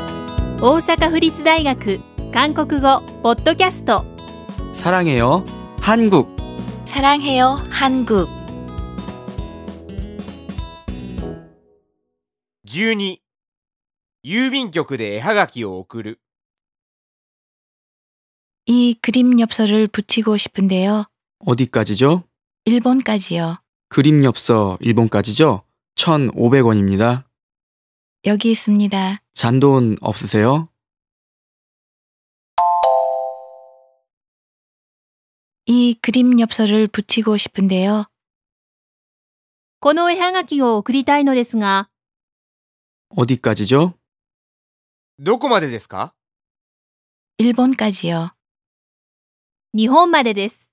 大阪府立大学韓国語ポッドキャスト 사랑해요. 한국. 사랑해요 한국 12郵便局で絵はがきを送る 이 그림 엽서를 붙이고 싶은데요. 어디까지죠? 일본까지요. 그림 엽서 일본까지죠? 1,500원입니다. 여기 있습니다. 잔돈 없으세요? 이 그림 엽서를 붙이고 싶은데요. この絵はがきを送りたいのですが 어디까지죠? どこまでですか 일본까지요. 日本までです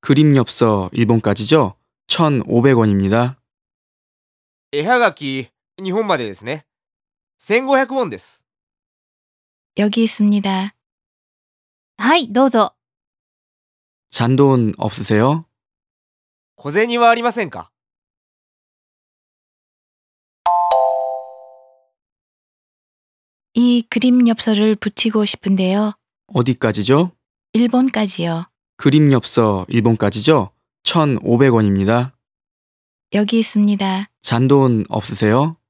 그림 엽서 일본까지죠? 1,500원입니다. 絵はがき日本までですね1500ウォンです 여기 있습니다. はいどうぞ 잔돈 없으세요? 小銭はありませんか 이 그림 엽서를 붙이고 싶은데요. 어디까지죠? 일본까지요. 그림 엽서 일본까지죠? 1,500원입니다. 여기 있습니다. 잔돈 없으세요?